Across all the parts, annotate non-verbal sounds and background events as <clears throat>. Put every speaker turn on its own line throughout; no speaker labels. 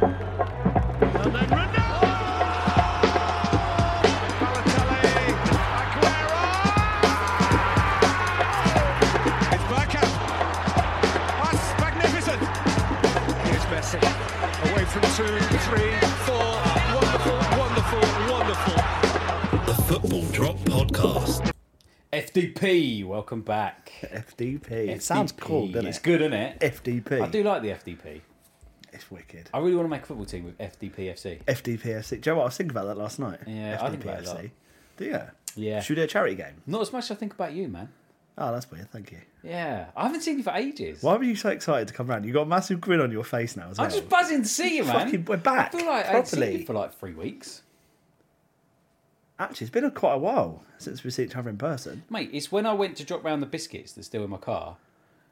And then Ronaldo! Balotelli, Aguero! It's Bergkamp. That's magnificent. Here's Messi. Away from two, three, four. Wonderful, wonderful, wonderful.
The Football Drop Podcast.
FDP, welcome back.
FDP. It sounds cool, doesn't it?
It's good, isn't it?
FDP.
I do like the FDP.
It's wicked.
I really want to make a football team with FDP FC.
FDP FC. Do you know what? I was thinking about that last night.
Yeah,
FDP
I think about it a lot.
Do you?
Yeah.
Should we do a charity game?
Not as much as I think about you, man.
Oh, that's weird. Thank you.
Yeah, I haven't seen you for ages.
Why were you so excited to come round? You got a massive grin on your face now as well.
I'm just buzzing to see you, man.
Fucking- we're back,
I feel like I haven't seen
properly.
you for like three weeks,
Actually, it's been a, quite a while since we've seen each other in person.
mate. It's when I went to drop round the biscuits that's still in my car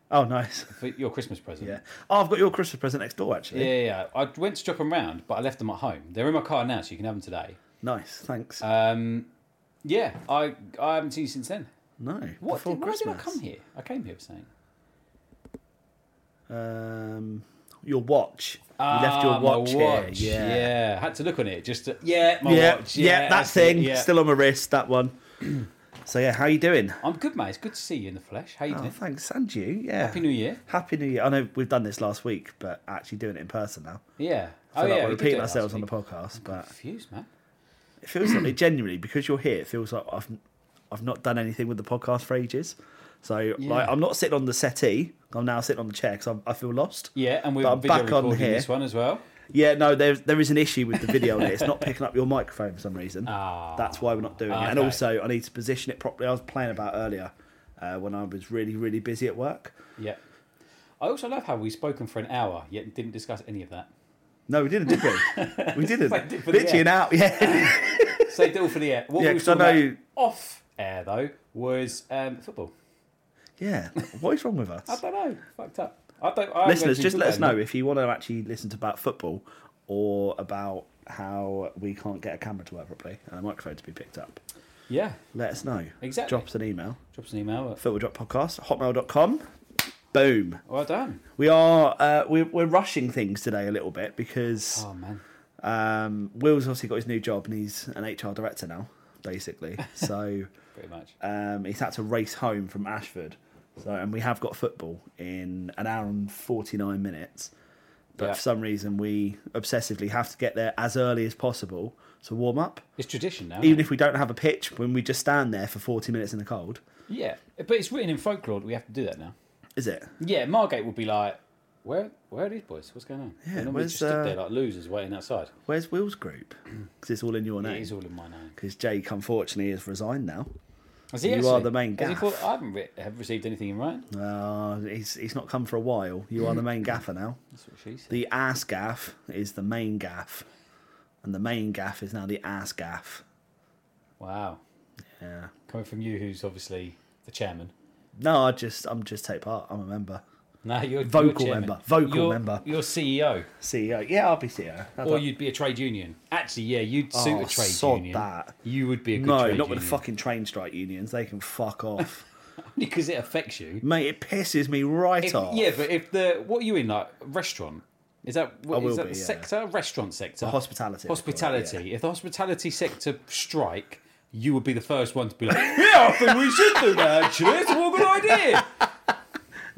Oh, nice. <laughs>
for your Christmas present.
Yeah. Oh, I've got your Christmas present next door, actually.
Yeah, yeah, yeah. I went to drop them round, but I left them at home. They're in my car now, so you can have them today.
Nice. Thanks.
Um, yeah, I I haven't seen you since then.
no.
What?
Before
Did, why
Christmas.
did I come here? I came here for something.
Um, your watch. you left your
Ah,
watch,
my watch.
here.
Yeah. had to look on it just to, yeah, my
yeah,
watch.
yeah, that
that's
thing
it, yeah.
still on my wrist. That one. <clears throat> so yeah, how you doing?
I'm good, mate. It's good to see you in the flesh. How you
Oh,
doing?
thanks, and you. Yeah.
Happy New Year.
Happy New Year. I know we've done this last week, but actually doing it in person now.
Oh, Yeah.
I feel like
we
we're
did do
repeating
it
ourselves
last
on the
week.
podcast, but
Confused, man.
it feels like genuinely because you're here, it feels like I've I've not done anything with the podcast for ages. So like I'm not sitting on the settee. I'm now sitting on the chair because I feel lost.
Yeah, and
But
we're
I'm
video
back on
recording
here.
this one as well.
Yeah, no, there there is an issue with the video. on it. It's not picking up your microphone for some reason. That's why we're not doing it. And
Ah. okay.
also, I need to position it properly. I was playing about earlier uh, when I was really really busy at work.
Yeah. I also love how we've spoken for an hour yet didn't discuss any of that.
No, we didn't, did
<laughs>
we? We didn't.
Like, did for the
Literally
air.
an out. Yeah, <laughs>
Say deal for the air. What
Yeah,
we were
'cause I
talking
know-
about off air though was um, football.
yeah. What is wrong with us?
I don't know. Fucked up. I don't. I haven't
listeners,
actually
just
thought
let us
about
know if you want to actually listen to about football or about how we can't get a camera to work properly and a microphone to be picked up.
it. Yeah.
Let us know.
Exactly.
Drop us an email.
Drop us an email. at-
Footballdroppodcast, hotmail.com. Boom.
Well done.
We are uh, we're, we're rushing things today a little bit because
Oh man.
um, Will's obviously got his new job and he's an HR director now,
<laughs>
basically. So
Pretty much.
um, he's had to race home from Ashford. So, and we have got football in an hour and 49 minutes. But
Yeah.
for some reason, we obsessively have to get there as early as possible to warm up.
It's tradition now.
Even if we don't have a pitch, when we just stand there for 40 minutes in the cold,
Yeah, but it's written in folklore. that We have to do that now.
is it?
Yeah, Margate would be like, "Where, where are these boys? What's going on?"
Yeah,
and then we
where's,
just stood
uh,
there like losers waiting outside.
Where's Will's group? Because it's all in your
It
name.
is all in my name.
Because Jake, unfortunately, has resigned now.
Has he
You
actually-
are the main
has he
gaff.
thought- I haven't re- have received anything in writing.
Uh, he's, he's not come for a while. You are the main gaffer now.
That's what she said.
The ass gaff is the main gaff. And the main gaff is now the ass gaff.
Wow,
Yeah.
coming from you, who's obviously the chairman.
No, I just I'm just take part. I'm a member.
No, you're
Vocal
you're chairman.
member, vocal
You're-
member.
You're CEO,
CEO. Yeah, I'll be
E
CEO. I'd
or
like-
you'd be a trade union. Actually, yeah, you'd suit
Oh,
a trade
sod
union.
that.
You would be a good
no, not
trade
with the fucking train strike unions. They can fuck off. <laughs>
<laughs> because it affects you.
Mate, it pisses me right
If-
off.
yeah, but if the what are you in like restaurant? Is that what,
will
is that
be,
the
yeah.
sector? Restaurant sector.
hospitality, I call it,
Hospitality. If the hospitality sector strike, you would be the first one to be like, <laughs> yeah, I think we should do that. Actually, it's a good idea.
<laughs>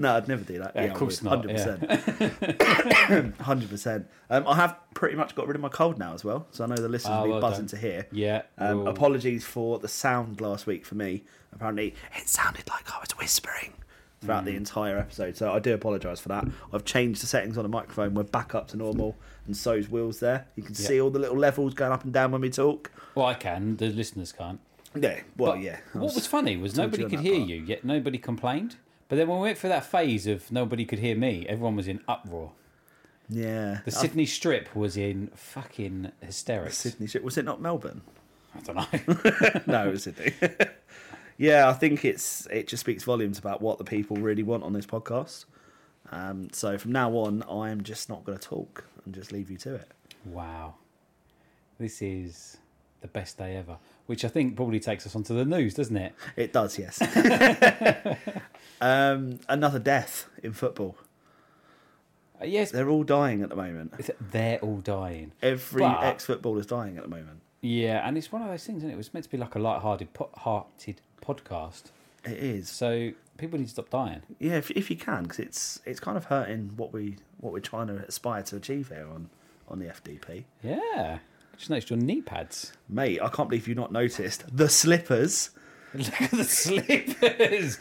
No, I'd never do that. Yeah,
of course not,
Hundred percent.
<coughs>
Hundred percent. Um, I have pretty much got rid of my cold now as well, so I know the listeners
Oh,
will be
well
buzzing
done.
to hear.
Yeah,
Um,
well-
apologies for the sound last week for me. Apparently, it sounded like I was whispering throughout the entire episode, so I do apologise for that. I've changed the settings on the microphone. We're back up to normal, and so's Will's there. You can see all the little levels going up and down when we talk.
Well, I can. The listeners can't.
Yeah. Well,
But
Oh, yeah. I
What was funny was
talked to
nobody
you on
could
that
hear
part.
you, yet nobody complained. But then when we went through that phase of nobody could hear me, everyone was in uproar.
Yeah.
The
I-
Sydney Strip was in fucking hysterics.
Sydney Strip. Was it not Melbourne?
<laughs> I don't know.
<laughs> no, it was Sydney. <laughs> yeah, I think it's it just speaks volumes about what the people really want on this podcast. Um, so from now on, I am just not going to talk and just leave you to it.
wow, this is the best day ever. Which I think probably takes us onto the news, doesn't it?
It does, <laughs> yes. um, another death in football.
Uh, yes,
They're all dying at the moment.
they're all dying.
Every
But-
ex footballer is dying at the moment.
Yeah, and it's one of those things, and it? it was meant to be like a light-hearted, po- hearted podcast.
It is.
So people need to stop dying.
Yeah, if, if you can, because it's it's kind of hurting what we what we're trying to aspire to achieve here on on the FDP.
Yeah, just noticed your knee pads. <laughs>
Mate, I can't believe you not noticed the slippers.
Look at the slippers.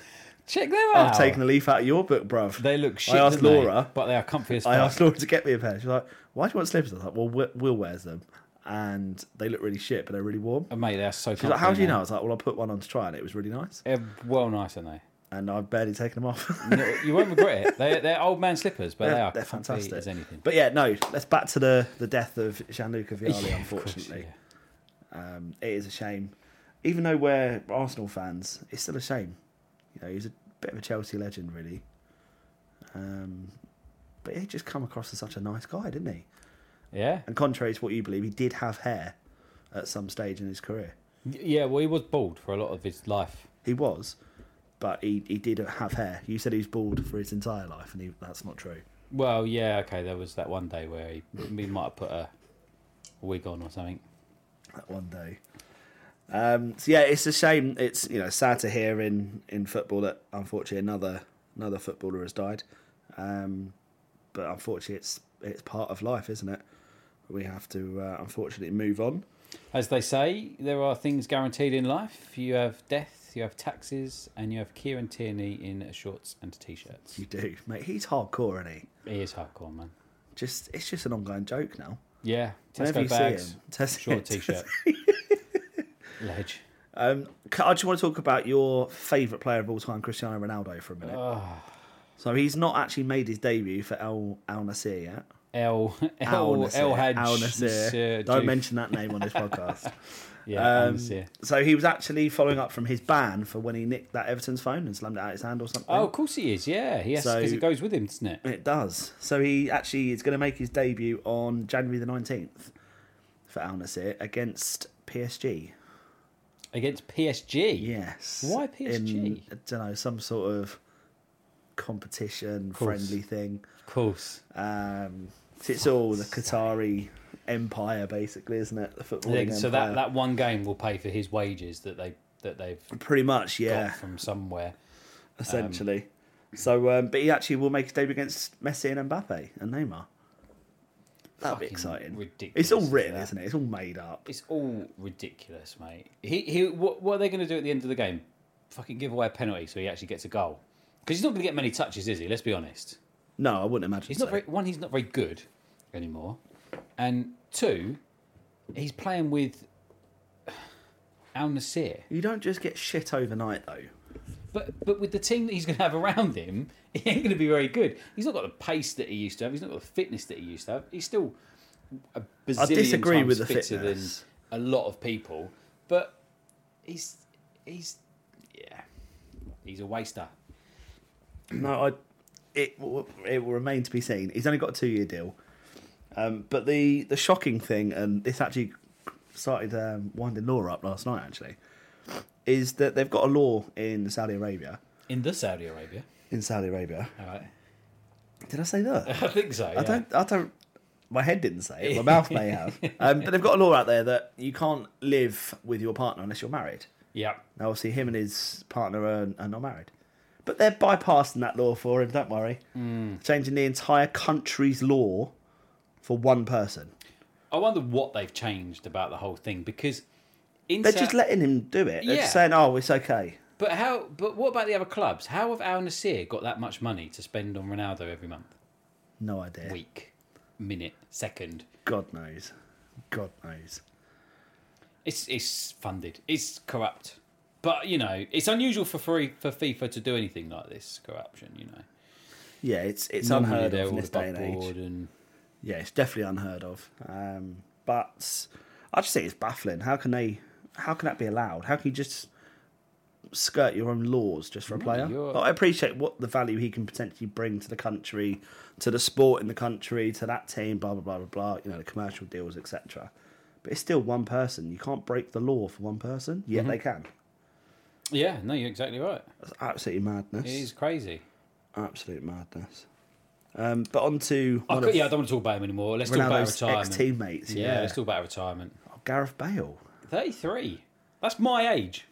Check them out.
I've taken a leaf out of your book, bruv.
They look shit.
I asked
don't they?
Laura.
but they are comfy as fuck.
I asked Laura to get me a pair. She's like, "Why do you want slippers?" I was like, "Well, Wi- Will wears them, and they look really shit, but they're really warm."
Oh, mate, they are so.
She's like, "How do you know?" I was like, "Well, I put one on to try, and it was really nice,
They're well nice, aren't they?
and I've barely taken them off." <laughs>
<laughs> No, you won't regret it. They're, they're old man slippers, but they
they're,
are
they're
comfy
fantastic.
as anything.
But yeah, no, let's back to the the death of Gianluca Vialli.
Yeah, of course,
unfortunately, um, it is a shame. Even though we're Arsenal fans, it's still a shame. You know, he's a bit of a Chelsea legend, really. Um, but he just come across as such a nice guy, didn't he?
yeah.
And contrary to what you believe, he did have hair at some stage in his career.
yeah, yeah. Well, he was bald for a lot of his life.
He was, but he, he did have hair. You said he was bald for his entire life, and he, that's not true.
Well, yeah, okay. There was that one day where he, he might have put a wig on or something.
That one day. Um, so yeah, it's a shame. It's you know sad to hear in in football that unfortunately another another footballer has died. Um, but unfortunately, it's it's part of life, isn't it? We have to uh, unfortunately move on.
As they say, there are things guaranteed in life. You have death, you have taxes, and you have Kieran Tierney in shorts and t-shirts.
You do, mate. He's hardcore, isn't he?
He is hardcore, man.
Just it's just an ongoing joke now.
Yeah,
Whenever
Tesco
you see
bags,
him, Tesco- <laughs>
short t-shirt, ledge.
Um, c- I just want to talk about your favourite player of all time, Cristiano Ronaldo, for a minute. So he's not actually made his debut for El Al Nasir yet. <laughs>
L
Al
L
Nassr,
L Hajj.
Al Nassr.
Sir
Don't
Juf-
mention that name
<laughs>
on this podcast.
Yeah, Al
Um,
Nassr.
so he was actually following up from his ban for when he nicked that Everton's phone and slammed it out his hand or something.
Oh, of course he is. Yeah, he has
So-
because it goes with him, doesn't it?
It does. So he actually is going to make his debut on January the 19th for Al Nasir against PSG.
Against PSG.
Yes.
Why PSG?
I don't know, some sort of competition
course.
friendly thing.
Of course.
Um, it's all the Qatari empire, basically, isn't it? The football
Yeah, so
empire.
that, that one game will pay for his wages that they that they've
pretty much, yeah,
got from somewhere.
essentially. so, um, but he actually will make his debut against Messi and Mbappe and Neymar. That'll be
Fucking
exciting. It's
ridiculous,
all written,
yeah.
isn't it? It's all made up.
It's all ridiculous, mate. He he. What, what are they going to do at the end of the game? Fucking give away a penalty so he actually gets a goal. Because he's not going to get many touches, is he? Let's be honest.
No, I wouldn't imagine.
He's
so.
not very one. He's not very good anymore, and two, he's playing with <sighs> Al Nasir.
You don't just get shit overnight, though.
But but with the team that he's going to have around him, <laughs> he ain't going to be very good. He's not got the pace that he used to have. He's not got the fitness that he used to have. He's still a bazillion
disagree
times
with the
fitter
fitness.
than a lot of people. But he's he's yeah, he's a waster.
No, I. It will- it will remain to be seen. He's only got a two year deal. Um, but the the shocking thing, and this actually started um, winding Laura up last night. Actually, is that they've got a law in Saudi Arabia.
In the Saudi Arabia,
In Saudi Arabia,
all right.
did I say that?
I think <laughs> so.
I
yeah.
don't. I don't. My head didn't say it. My mouth may
<laughs>
have. Um, but they've got a law out there that you can't live with your partner unless you're married.
Yeah.
Now, obviously, him and his partner are, are not married, but they're bypassing that law for him. Don't worry.
Hmm.
Changing the entire country's law for one person.
I wonder what they've changed about the whole thing because in
They're
Sa-
just letting him do it. They're
Yeah.
just saying, "Oh, it's okay."
But how? But what about the other clubs? How have Al Nasir got that much money to spend on Ronaldo every month?
No idea.
week, minute, second.
God knows. God knows.
It's it's funded. It's corrupt. But you know, it's unusual for free for FIFA to do anything like this corruption. You know,
Yeah, it's it's
Normally
unheard
they're
of in
all
this day and
above
age.
board and-
Yeah, it's definitely unheard of. Um, but I just think it's baffling. How can they? How can that be allowed? How can you just skirt your own laws just for a player?
you're-
Like, I appreciate what the value he can potentially bring to the country, to the sport in the country, to that team, blah blah blah blah blah. You know the commercial deals, etc. But it's still one person. You can't break the law for one person. Yet
Mm-hmm.
they can.
yeah, no, you're exactly right.
That's absolute madness.
It is crazy.
Absolute madness. Um, but on to
I
one
could-
of
yeah, I don't want to talk about him anymore. Let's talk about
Ronaldo's
retirement.
ex-teammates.
yeah,
Yeah,
let's talk about retirement.
Gareth Bale.
Thirty-three. That's my age.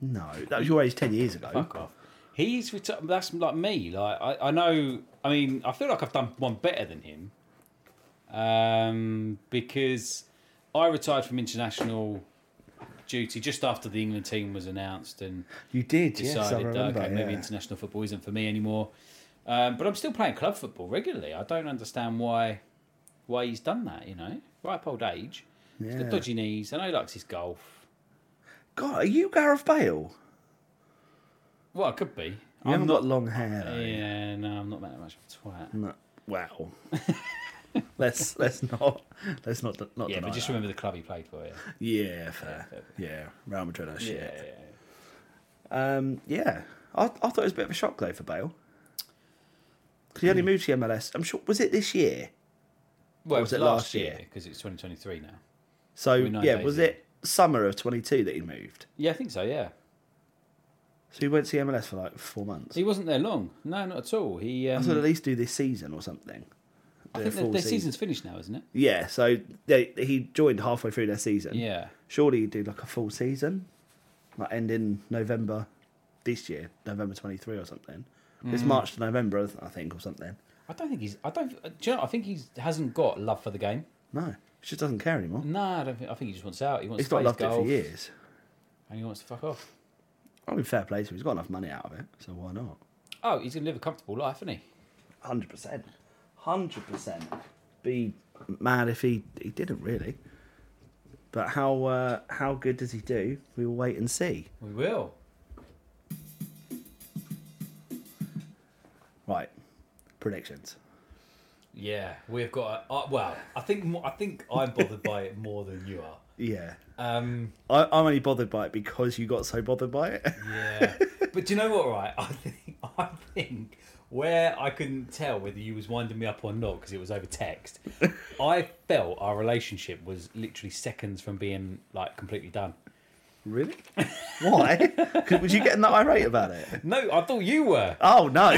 No, that was your age ten years ago.
Fuck off. He's reti- that's like me. Like I, I know. I mean, I feel like I've done one better than him, um, because I retired from international duty just after the England team was announced and
You did, yes, I
decided
remember.
okay, maybe
yeah.
international football isn't for me anymore. Um, but I'm still playing club football regularly. I don't understand why why he's done that. You know, ripe old age. He's
Yeah.
got dodgy knees. I know he likes his golf.
God, are you Gareth Bale?
Well, it could be.
You haven't got long hair. though.
Yeah, no, I'm not that much of a twat.
No.
<laughs>
Wow. let's let's not let's not not
Yeah,
deny
but just
that.
remember the club he played for. Yeah,
yeah, fair. <laughs> Yeah, Real Madrid that shit.
yeah,
Um, yeah, I, I thought it was a bit of a shock though for Bale. 'Cause he only
Hmm.
moved to the MLS. I'm sure was it this year?
Well,
Or
it
was
was
it last
last
year?
year because it's 2023 now.
So
We're nine
yeah,
days
was
in.
it summer of 22 that he moved?
Yeah, I think so. Yeah,
So he went to the MLS for like four months.
he wasn't there long. No, not at all. He. Um,
I thought at least do this season or something.
I think their,
full
their
season.
season's finished now, isn't it?
Yeah, so they, he joined halfway through their season.
Yeah.
Surely you do like a full season, like ending November this year, November 23 or something. It's
Mm.
March to November, I think, or something.
I don't think he's. I don't. uh, Do you know? I think he hasn't got love for the game.
No, he just doesn't care anymore.
No, I don't think. I think he just wants out. He wants
He's
to
not loved
play his
it
Mm, golf,
for years.
and he wants to fuck off.
I mean, fair play to him. He's got enough money out of it, so why not?
Oh, he's gonna live a comfortable life, isn't he?
100%. 100%. Be mad if he, he didn't, really. But how uh, how good does he do? We will wait and see.
We will.
Right, predictions.
Yeah, we've got. A, uh, well, I think. More, I think I'm bothered by it more than you are.
Yeah.
Um,
I, I'm only bothered by it because you got so bothered by it. <laughs>
Yeah, but do you know what? Right, <laughs> I think I think where I couldn't tell whether you was winding me up or not because it was over
<laughs>
text. I felt our relationship was literally seconds from being like completely done.
Really? Why? 'Cause Was you getting that irate about it?
No, I thought you were.
Oh no!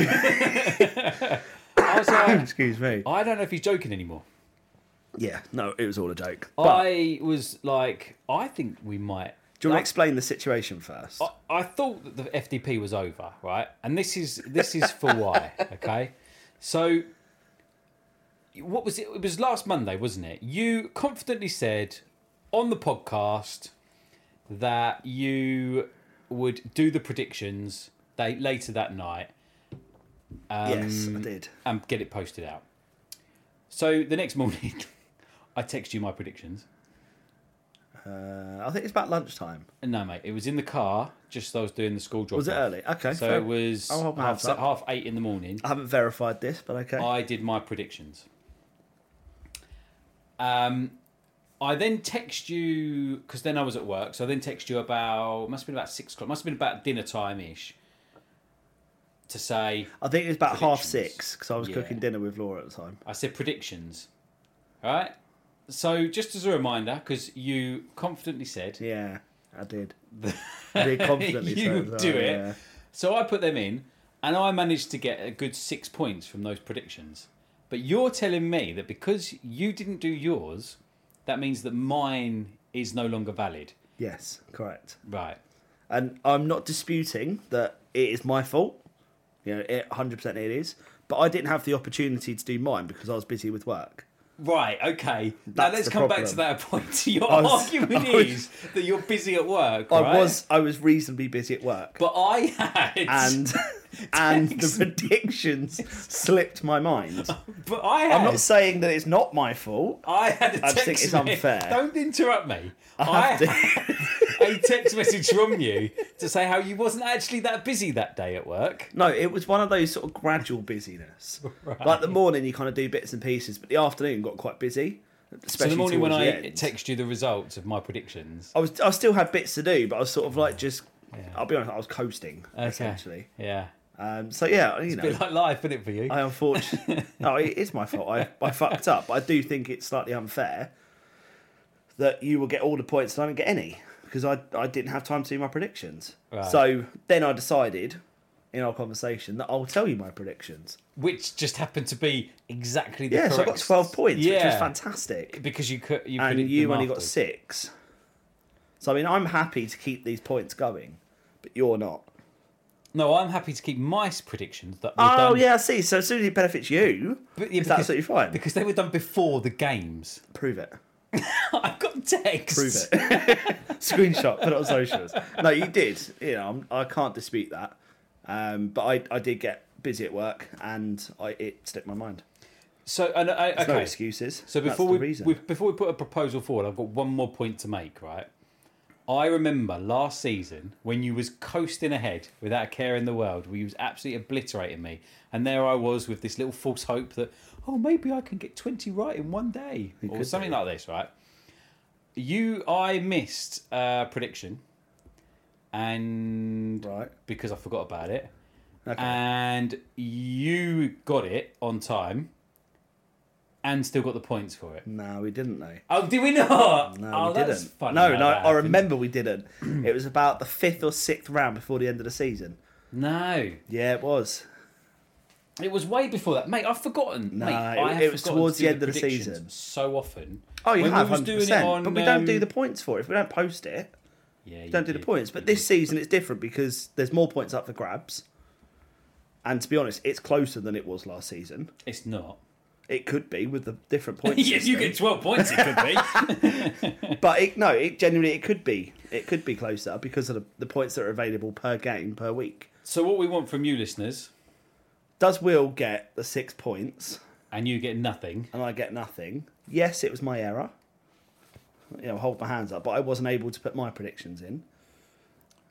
I was uh,
<coughs>
like,
Excuse me.
I don't know if he's joking anymore.
Yeah, no, it was all a joke. But
I was like, I think we might.
do you want to
like,
explain the situation first?
I- I thought that the FDP was over, right? And this is this is
<laughs>
for why, okay? So what was it? It was last Monday, wasn't it? You confidently said on the podcast that you would do the predictions they, later that night
yes, I did.
and get it posted out. So the next morning, <laughs> I text you my predictions.
Uh, I think it's about lunchtime.
No, mate, it was in the car just as I was doing the school drop.
Was it early? Okay.
So
fair.
it was
I'll hold my
half,
hands up.
half eight in the morning.
I haven't verified this, but okay.
I did my predictions. Um, I then text you because then I was at work, so I then text you about must have been about six o'clock, must have been about dinner time ish. To say
I think it was about half
predictions.
six because I was
Yeah.
cooking dinner with Laura at the time.
I said predictions, all right. So just as a reminder, because you confidently said
Yeah, I did.
<laughs>
I did confidently. so
you
it was all
do
right,
it,
yeah.
so I put them in, and I managed to get a good six points from those predictions. But you're telling me that because you didn't do yours, that means that mine is no longer valid,
Yes, correct.
right?
And I'm not disputing that it is my fault. You know, it, 100% it is. But I didn't have the opportunity to do mine because I was busy with work.
Right, okay. now
That's
let's
the
come back to
problem.
that point. <laughs> Your
I was-
argument
I was-
is that you're busy at work. right?
I was I was reasonably busy at work.
but <laughs> I had, <laughs>
and and the
Text.
predictions slipped my
<laughs>
mind.
but I had,
I'm not saying that it's not my fault.
I had a
I just
text.
think it's
me-
unfair.
Don't interrupt me. I,
have to-
had a text message from you to say how you wasn't actually that busy that day at work.
No, it was one of those sort of gradual
<laughs>
busyness. Like the morning, you kind of do bits and pieces, but the afternoon got quite busy.
So
Especially
the morning when
towards
I
the end.
text you the results of my predictions.
I was, I still had bits to do, but I was sort of like just. I'll be honest, I was coasting essentially.
Yeah.
Um, so yeah, you know,
bit like life, isn't it, for you?
I unfortunately,
<laughs>
no, it is my fault. I, I fucked up. But I do think it's slightly unfair that you will get all the points and I don't get any because I, I didn't have time to do my predictions. So then I decided in our conversation that I'll tell you my predictions.
Which just happened to be exactly the
Yeah,
correct.
so I got 12 points, which was
Yeah.
fantastic.
Because you could, you
And
predicted
you
them
only got
afterwards.
six. So, I mean, I'm happy to keep these points going, but you're not.
No, I'm happy to keep my predictions that. were
Oh,
done,
yeah, I see. So, as soon as it benefits you,
but- yeah,
it's absolutely fine.
Because they were done before the games. <laughs>
Prove it.
I've got text.
Prove it. <laughs> Screenshot, put it on socials. No, you did. You know, I'm, I can't dispute that. Um, but I, I did get busy at work and I, it slipped my mind.
So, and, uh, okay.
No excuses.
So
That's
before
the
we,
reason.
we before we put a proposal forward, I've got one more point to make. Right, I remember last season when you was coasting ahead without a care in the world, where you was absolutely obliterating me, and there I was with this little false hope that oh maybe I can get twenty right in one day or
could
something like this. Right, you I missed a prediction, and
Right.
because I forgot about it.
Okay.
And you got it on time and still got the points for it.
no, we didn't though.
Oh, did we not?
No,
oh,
we
that's
didn't.
funny
no,
how
no,
that
I
happened.
remember we <clears throat> didn't. it was about the fifth or sixth round before the end of the season.
No,
Yeah, it was.
it was way before that, mate. I've forgotten.
No,
mate, I
it-
have
it was
forgotten
towards
to
the
do
end of the
predictions
season.
So often.
Oh, you
When
have
we was
hundred
doing it
percent. But
on,
we don't do
um,
the points for it. If we don't post it,
Yeah, you
don't do the
did.
points. But this season it's different because there's more points up for grabs. And to be honest, it's closer than it was last season. <laughs>
It's not.
It could be with the different points.
<laughs> yes, you
system.
get twelve points. It
<laughs>
could be.
But it, no, it genuinely it could be. It could be closer because of the, the points that are available per game per week.
so what we want from you, listeners,
Does Will get the six points
and you get nothing.
and I get nothing? Yes, it was my error. You know, hold my hands up, but I wasn't able to put my predictions in.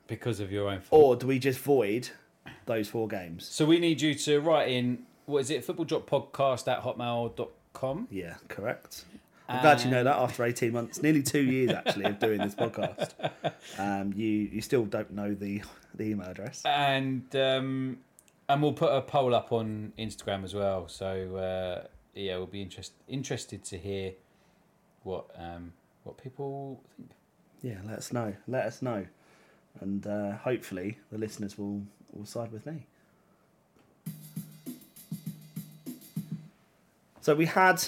Because of your own fault.
Or do we just void those four games?
So we need you to write in what is it, football drop podcast at hotmail.com.
Yeah, correct. I'm glad you know that after 18 months, nearly two years actually of doing this podcast. Um, you you still don't know the the email address.
And um and we'll put a poll up on Instagram as well. So uh yeah, we'll be interest, interested to hear what um what people think.
yeah, let us know. Let us know, and uh, hopefully the listeners will will side with me. So we had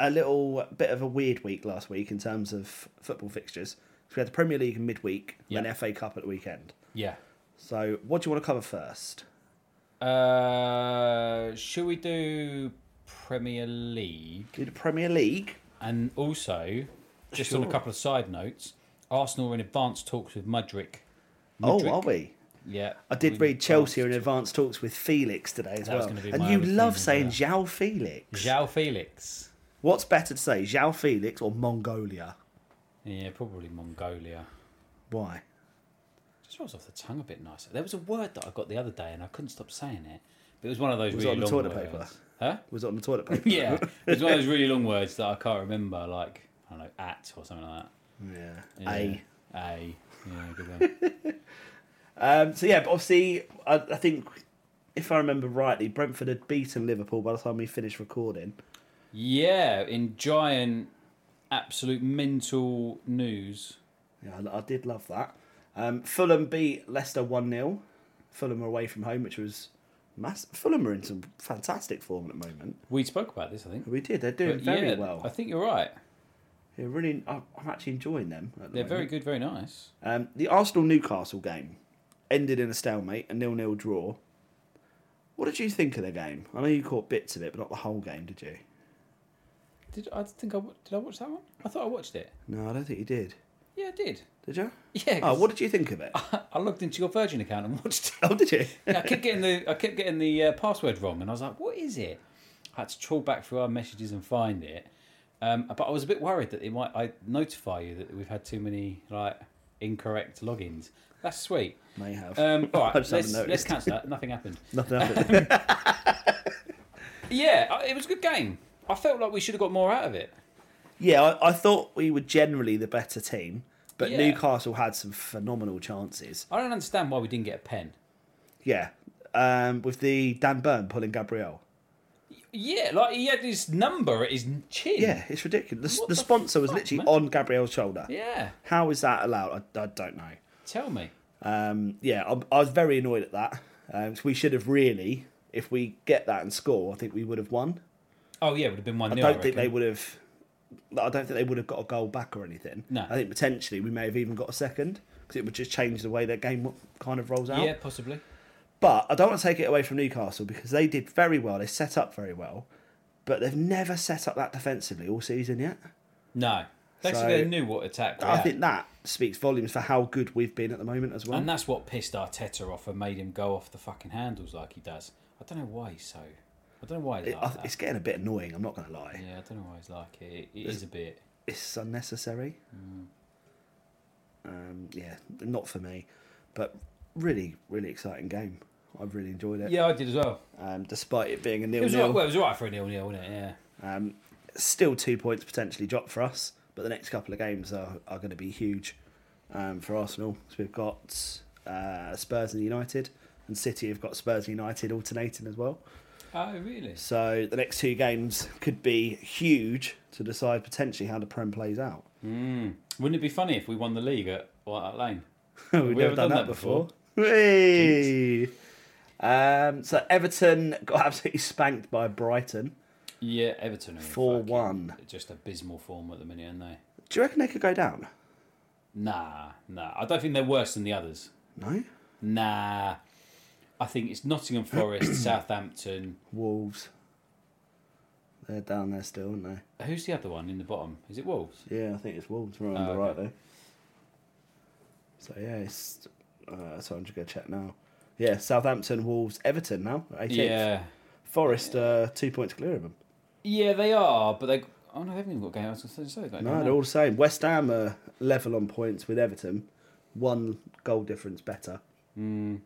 a little bit of a weird week last week in terms of football fixtures. We had the Premier League in midweek,
Yeah.
then FA Cup at the weekend.
Yeah.
So what do you want to cover first?
Uh should we do Premier League?
Do the Premier League?
And also, just on a couple of side notes, Arsenal are in advanced talks with Mudrick.
Oh, are we?
Yeah.
I did read Chelsea are in advanced talks with Felix today as
That was
well.
gonna be
And
my
you
other
love
thing,
saying
yeah.
Zhao Felix.
Zhao Felix.
What's better to say, Zhao Felix or Mongolia?
Yeah, probably Mongolia.
Why?
Just rolls off the tongue a bit nicer. There was a word that I got the other day and I couldn't stop saying it, but it was one of those
Was it
really
on the
long
toilet paper?
words. Huh? <laughs>
Was it on the toilet paper?
Yeah, it was one of those really long words that I can't remember, like I don't know, at or something like
yeah.
that.
A.
A. A. Yeah, good one.
Um, so yeah, but obviously, I, I think if I remember rightly, Brentford had beaten Liverpool by the time we finished recording.
yeah, in giant, absolute mental news.
Yeah, I, I did love that. Um, Fulham beat Leicester one 0 Fulham were away from home, which was mass. Fulham are in some fantastic form at the moment.
We spoke about this, I think.
We did. They're doing
But
very
yeah,
well.
I think you're right.
They're really. I'm I'm actually enjoying them. At the
They're very
moment.
good, very nice.
Um, the Arsenal Newcastle game ended in a stalemate, a nil-nil draw. What did you think of the game? I know you caught bits of it, but not the whole game, did you?
Did I think I wa- did I watch that one? I thought I watched it.
No, I don't think you did.
Yeah, I did.
Did you?
Yeah,
Oh,
'cause-
what did you think of
<laughs>
it?
I logged into your Virgin account and <laughs> watched it.
oh, did you? <laughs>
Yeah, I kept getting the I kept getting the uh, password wrong, and I was like, "What is it?" I had to trawl back through our messages and find it. Um, but I was a bit worried that it might I notify you that we've had too many like incorrect logins. That's sweet.
May have. <laughs>
Um, all right,
I just haven't
let's, let's
noticed.
cancel that. Nothing happened.
<laughs> Nothing happened.
Yeah, I- it was a good game. I felt like we should have got more out of it.
yeah, I, I thought we were generally the better team, but
Yeah.
Newcastle had some phenomenal chances.
I don't understand why we didn't get a pen.
Yeah, um, with the Dan Burn pulling Gabriel.
Yeah, like he had his number at his chin.
Yeah, it's ridiculous. The,
What
the
the
sponsor was
fuck,
literally
man?
on Gabriel's shoulder.
Yeah.
How is that allowed? I, I don't know.
Tell me.
Um, yeah, I, I was very annoyed at that. Um, 'cause we should have really, if we get that and score, I think we would have won.
Oh yeah, it would have been one.
I don't think they would have. I don't think they would have got a goal back or anything.
No.
I think potentially we may have even got a second because it would just change the way their game w- kind of rolls out.
Yeah, possibly.
But I don't want to take it away from Newcastle because they did very well. They set up very well, but they've never set up that defensively all season yet.
No,
So-
basically they knew what attack. we
I
had.
think that speaks volumes for how good we've been at the moment as well.
and that's what pissed Arteta off and made him go off the fucking handles like he does. I don't know why he's so. I don't know why he's
It-
like
I-
that.
it's getting a bit annoying. I'm not going to lie.
Yeah, I don't know why he's like it. It is a bit.
It's unnecessary. Um, yeah, not for me, but really, really exciting game. I really enjoyed it.
Yeah, I did as well.
um, despite it being a
It
nil
was all right, well,
nil.
it was all right for a nil nil, wasn't it? Yeah.
Um, still two points potentially dropped for us, but the next couple of games are, are going to be huge um, for Arsenal. So we've got uh, Spurs and United, and City have got Spurs and United alternating as well.
Oh really?
So the next two games could be huge to decide potentially how the Prem plays out.
Wouldn't it be funny if we won the league at White Hart Lane?
<laughs> We've never done, that before. <laughs> Hey! Um, so Everton got <laughs> absolutely spanked by Brighton.
Yeah, Everton. are in
4-1.
fucking Just abysmal form at the minute, aren't they?
Do you reckon they could go down?
Nah, nah. I don't think they're worse than the others.
No.
Nah. I think it's
<clears throat>
Nottingham Forest, Southampton.
Wolves. They're down there still, aren't they?
Who's the other one in the bottom? Is it Wolves?
Yeah, I think it's Wolves. We're on the
okay.
right there. So yeah, it's. Uh, so I'm just gonna check now. Yeah, Southampton, Wolves, Everton now. 18th.
Yeah.
Forest, uh, two points clear of them.
Yeah, they are, but they. Oh no, they haven't even got games. I was going to say, they've got a
No,
game
they're all
now.
the same. West Ham are level on points with Everton, one goal difference better.
Hmm.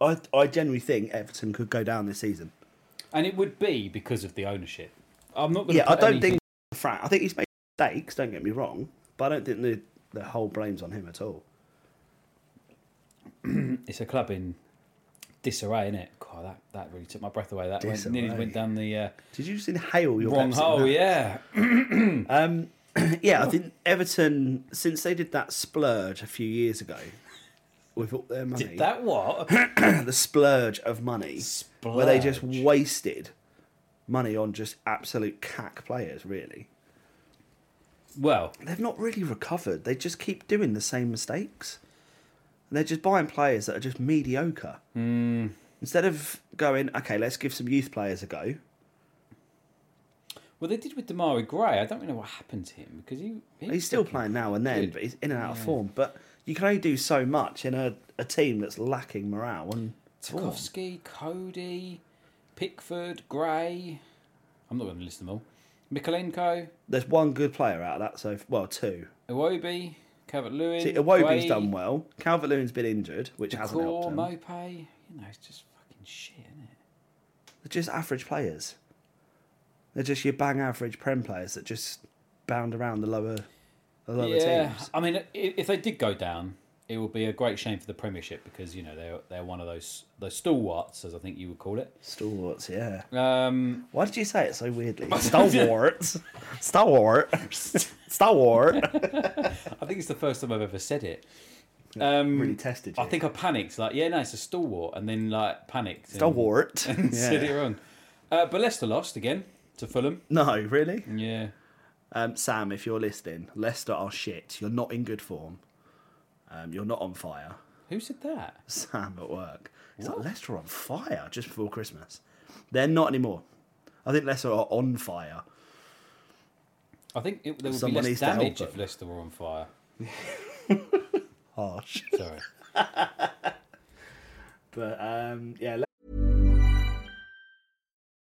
Mm. I I generally think Everton could go down this season.
And it would be because of the ownership. I'm not going to.
Yeah, I don't think Frank. I think he's made mistakes. Don't get me wrong, but I don't think the the whole blame's on him at all.
it's a club in disarray, isn't it? God, that, that really took my breath away. That went, nearly
Disarray.
went down the uh,
Did you just inhale your
wrong
Pepsi
hole.
now?
Yeah,
<laughs> yeah. I think Everton since they did that splurge a few years ago with all their money,
did that what? <laughs>
the splurge of money, where they just
Splurge.
wasted money on just absolute cack players. Really,
well,
they've not really recovered. They just keep doing the same mistakes. And they're just buying players that are just mediocre.
Hmm.
Instead of going, okay, let's give some youth players a go.
well, they did with Damari Gray. I don't really know what happened to him because he, he
He's still
<laughs> fucking-
playing now and then,
Good.
but he's in and out of form. But you can only do so much in a, a team that's lacking morale and form.
Tarkovsky, Cody, Pickford, Gray. I'm not going to list them all. Mikolenko,
There's one good player out of that, so well, two.
Iwobi, Calvert Lewin.
See, Iwobi's done well. Calvert Lewin's been injured, which hasn't helped.
Core,
Him.
Mope. You know, it's just fucking shit, isn't it?
They're just average players. They're just your bang average Prem players that just bound around the lower, the lower
yeah.
teams.
I mean, i- if they did go down, it would be a great shame for the Premiership because, you know, they're, they're one of those, those stalwarts, as I think you would call it.
Stalwarts, yeah.
Um,
Why did you say it so
<laughs>
weirdly? Stalwarts. Stalwarts. Stalwart.
I think it's the first time I've ever said it. <laughs> Um,
really tested you.
I think I panicked, like, yeah, no, it's a stalwart, and then, like, panicked. and-
Stalwart.
<laughs> said it
Yeah.
wrong. Uh, but Leicester lost again to Fulham.
No, really?
Yeah.
Um, Sam, if you're listening, Leicester are shit. You're not in good form. Um, you're not on fire.
Who said that?
Sam at work. He's like, Leicester are on fire just before Christmas. They're not anymore. I think Leicester are on fire.
I think it, there would
Someone
be
needs
less
to help
damage if
them.
Leicester were on fire.
Harsh.
Sorry.
But um, yeah,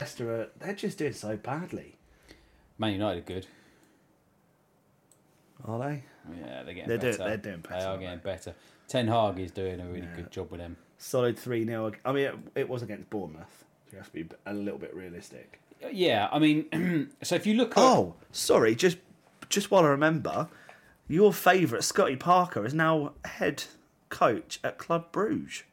Leicester, are, they're just doing so badly,
Man United are good.
are they?
Yeah, they're getting
They're doing-
better.
they're doing better,
They are
aren't
getting better. Ten Hag is doing a really good job with them.
Solid 3 0. I mean, it, it was against Bournemouth. So you have to be a little bit realistic.
Yeah, I mean, <clears throat> so if you look at
Oh, sorry. Just just while I remember, your favourite Scotty Parker is now head coach at Club Bruges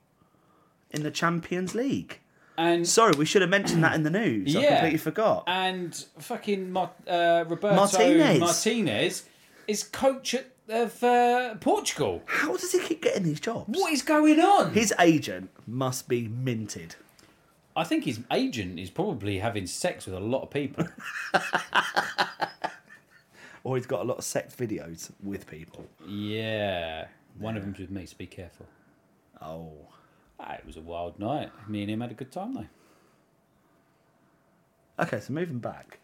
in the Champions League.
and
Sorry, we should have mentioned that in the news. I
Yeah.
completely forgot.
and fucking Mar- uh, Roberto
Martinez.
Martinez. is coach at, of uh, Portugal.
How does he keep getting these jobs?
What is going on?
His agent must be minted.
I think his agent is probably having sex with a lot of people. <laughs>
Or he's got a lot of sex videos with people.
yeah, one of them's with me. So be careful.
Oh.
Ah, it was a wild night. Me and him had a good time though.
Okay, so moving back.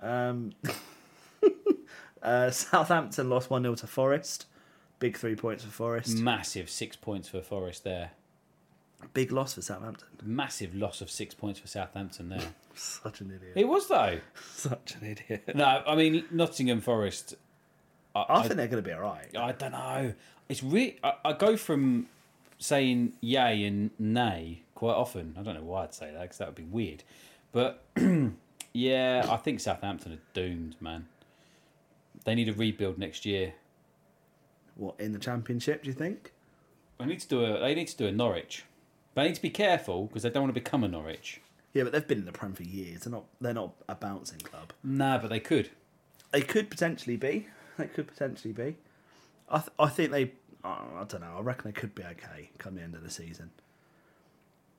Um, <laughs> uh, Southampton lost 1 0 to Forest. Big three points for Forest.
Massive six points for Forest there.
Big loss for Southampton. <laughs>
Massive loss of six points for Southampton there.
Such an idiot.
it was though.
<laughs> Such an idiot.
No, I mean Nottingham Forest.
I think they're going to be all right.
I don't know. It's really. I, I go from saying yay and nay quite often. I don't know why I'd say that because that would be weird. But <clears throat> yeah, I think Southampton are doomed, man. They need a rebuild next year.
What, in the Championship, do you think?
They need to do a. They need to do a Norwich. But they need to be careful because they don't want to become a Norwich.
Yeah, but they've been in the Prem for years. They're not, they're not a bouncing club.
Nah, but they could.
They could potentially be. They could potentially be. I, th- I think they. I don't know. I reckon they could be okay come the end of the season.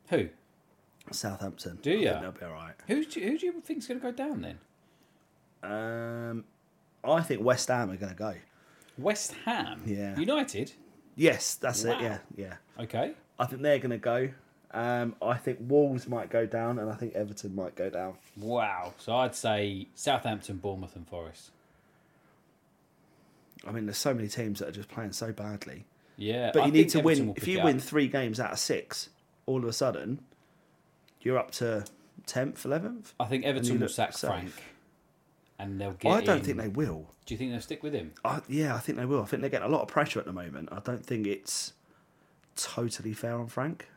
Who?
Southampton.
Do
I think
ya?
They'll be all right.
Who do, you- who do you think's going to go down then?
Um, I think West Ham are going to go.
West Ham.
Yeah.
United.
Yes, that's
Wow.
it. Yeah, yeah.
Okay.
I think they're going to go. Um, I think Wolves might go down, and I think Everton might go down.
Wow. So I'd say Southampton, Bournemouth, and Forest.
I mean, there's so many teams that are just playing so badly.
Yeah,
But
I
you need
think
to
Everton
win.
will
If
pick
you
it
win
up.
three games out of six, all of a sudden, you're up to tenth, eleventh.
I think Everton
you
will
look
sack
safe.
Frank, and they'll get.
I don't
in.
think they will.
Do you think they'll stick with him?
I, yeah, I think they will. I think they're getting a lot of pressure at the moment. I don't think it's totally fair on Frank.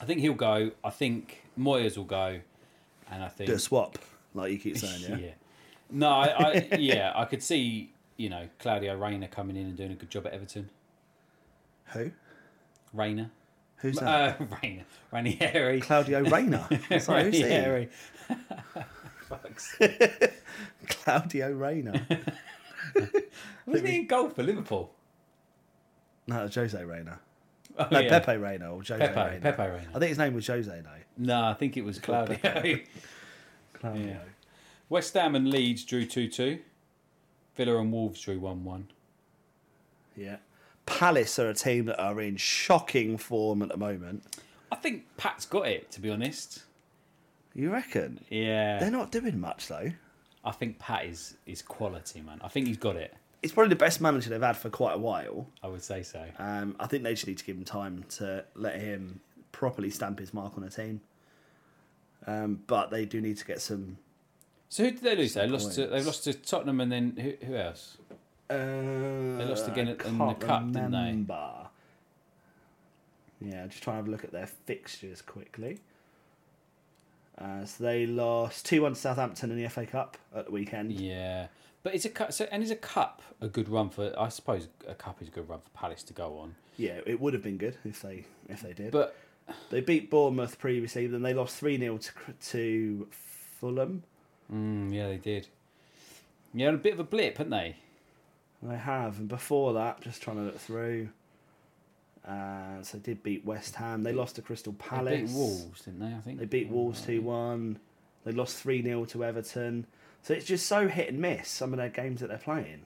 I think he'll go. I think Moyes will go, and I think
Do a swap, like you keep
<laughs>
saying. Yeah.
No, I, I yeah, I could see you know Claudio Reyna coming in and doing a good job at Everton.
Who?
Reyna,
Who's that?
uh, <laughs> Reyna, Ranieri,
Claudio
<laughs>
Reyna. It's like, who's he?
Ranieri. Fuck's sake.
Claudio Reyna.
<laughs> Wasn't he in goal for Liverpool?
No, it's Jose Reyna.
Oh,
No,
yeah.
Pepe Reyna or Jose
Pepe,
Reyna.
Pepe Reina.
I think his name was Jose though.
No, I think it was Claudio. <laughs>
Claudio.
Yeah. West Ham and Leeds drew 2 2. Villa and Wolves drew 1 1.
yeah. Palace are a team that are in shocking form at the moment.
I think Pat's got it, to be honest.
You reckon?
Yeah.
They're not doing much though.
I think Pat is, is quality, man. I think he's got it.
It's probably the best manager they've had for quite a while.
I would say so.
Um, I think they just need to give him time to let him properly stamp his mark on a team. Um, but they do need to get some.
So who did they lose? They lost to
points.
they lost to Tottenham and then who, who else?
Uh,
They lost again
I
at- in the
uh, can't
cup, didn't they?
remember. Yeah, just trying to have a look at their fixtures quickly. Uh, so they lost 2 1 to Southampton in the FA Cup at the weekend.
Yeah. But it's a cup. So, and is a cup a good run for? I suppose a cup is a good run for Palace to go on.
Yeah, it would have been good if they if they did.
But
they beat Bournemouth previously, then they lost 3 0 to, to Fulham.
mm, yeah, they did. Yeah, a bit of a blip, haven't they?
They have, and before that, just trying to look through. Uh, so they did beat West Ham. They lost to Crystal Palace.
Oh, They beat Wolves, didn't they? I think
They beat Wolves 2 1. They lost 3 0 to Everton. So it's just so hit and miss some of their games that they're playing.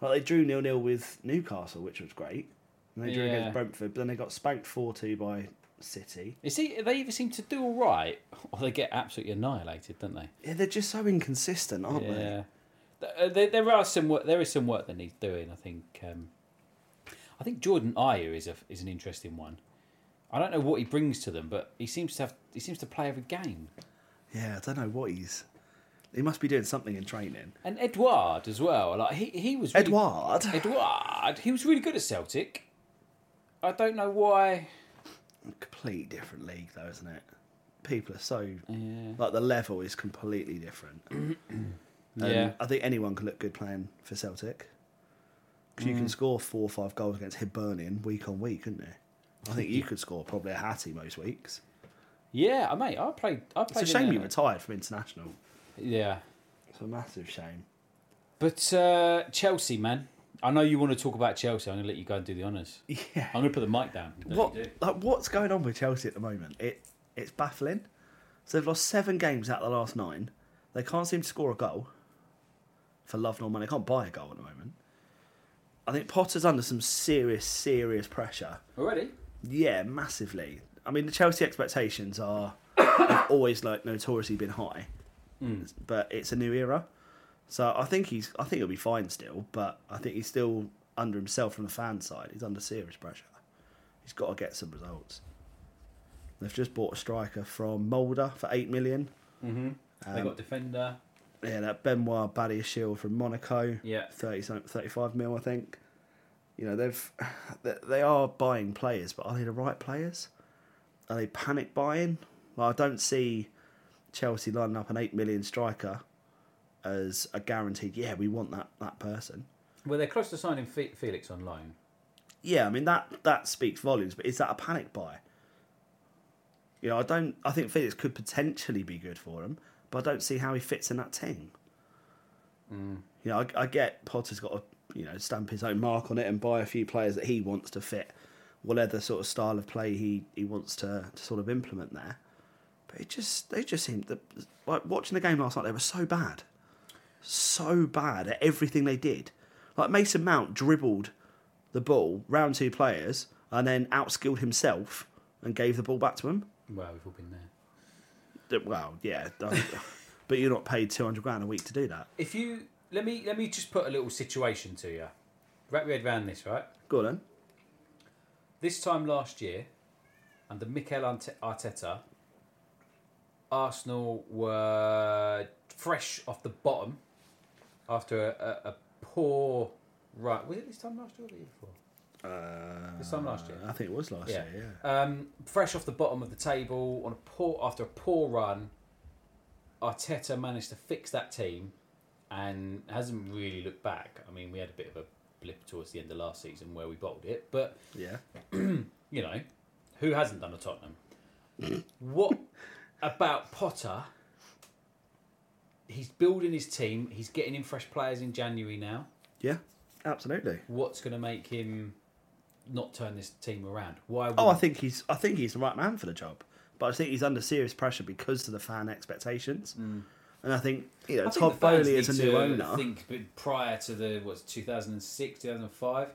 Like they drew nil nil with Newcastle, which was great. And they drew
Yeah.
against Brentford, but then they got spanked four two by City.
You see, they either seem to do all right or they get absolutely annihilated, don't they?
Yeah, they're just so inconsistent, aren't they?
Yeah, Th- uh, there, there are some work. There is some work that needs doing. I think. Um, I think Jordan Ayew is a is an interesting one. I don't know what he brings to them, but he seems to have he seems to play every game.
Yeah, I don't know what he's. He must be doing something in training.
And Edouard as well. Like he he was really,
Edouard.
Edouard. He was really good at Celtic. I don't know why.
complete different league though, isn't it? People are so like the level is completely different. And
yeah.
I think anyone can look good playing for Celtic. 'Cause you can score four or five goals against Hibernian week on week, couldn't you? I think you could score probably a hattie most weeks.
Yeah, I mate, I played. I played.
It's a
in
shame
a-
you retired from international.
Yeah,
It's a massive shame.
but uh, Chelsea, man. I know you want to talk about Chelsea. I'm going to let you go and do the honours.
Yeah.
I'm going to put the mic down.
What like what's going on with Chelsea at the moment? It it's baffling. So they've lost seven games out of the last nine. They can't seem to score a goal. For love nor money, they can't buy a goal at the moment. I think Potter's under some serious, serious pressure.
Already?
Yeah, massively. I mean, the Chelsea expectations are have <coughs> always like notoriously been high, but it's a new era. So I think he's, I think he'll be fine still, but I think he's still under himself from the fan side. He's under serious pressure. He's got to get some results. They've just bought a striker from Mulder for eight million.
they got defender.
Yeah, that Benoit Badiashile from Monaco.
Yeah.
30, some- 35 mil, I think. You know, they've <sighs> they- they are buying players, but are they the right players? Are they panic buying? Well, I don't see Chelsea lining up an 8 million striker as a guaranteed, yeah, we want that, that person.
Well, they're close to signing Fe- Felix on loan.
Yeah, I mean, that, that speaks volumes, but is that a panic buy? You know, I don't. I think Felix could potentially be good for him, but I don't see how he fits in that team. You know, I, I get Potter's got to you know stamp his own mark on it and buy a few players that he wants to fit whatever sort of style of play he, he wants to, to sort of implement there. But it just they just seemed the, like watching the game last night. They were so bad, so bad at everything they did. Like Mason Mount dribbled the ball round two players and then outskilled himself and gave the ball back to him.
Well, we've all been there.
That- Well, yeah, I- <laughs> but you're not paid two hundred grand a week to do that.
If you let me let me just put a little situation to you. Wrap your head around this, right?
Go on. Then.
This time last year, under Mikel Arte- Arteta, Arsenal were fresh off the bottom after a, a, a poor right. Was it this time last year or the year before? Uh, this time last year.
I think it was last
Yeah.
year. Yeah.
Um, fresh off the bottom of the table on a poor after a poor run, Arteta managed to fix that team and hasn't really looked back. I mean, we had a bit of a blip towards the end of last season where we bottled it, but
Yeah.
you know, who hasn't done a Tottenham?
<laughs>
what about Potter? He's building his team. He's getting in fresh players in January now.
Yeah. Absolutely.
What's going to make him not turn this team around? Why?
Oh, I
wouldn't-
think he's I think he's the right man for the job, but I think he's under serious pressure because of the fan expectations. And I think you know
I think
Todd
the fans
Bowley is
need
a new
to
owner.
Think but prior to the what's 2006, 2005,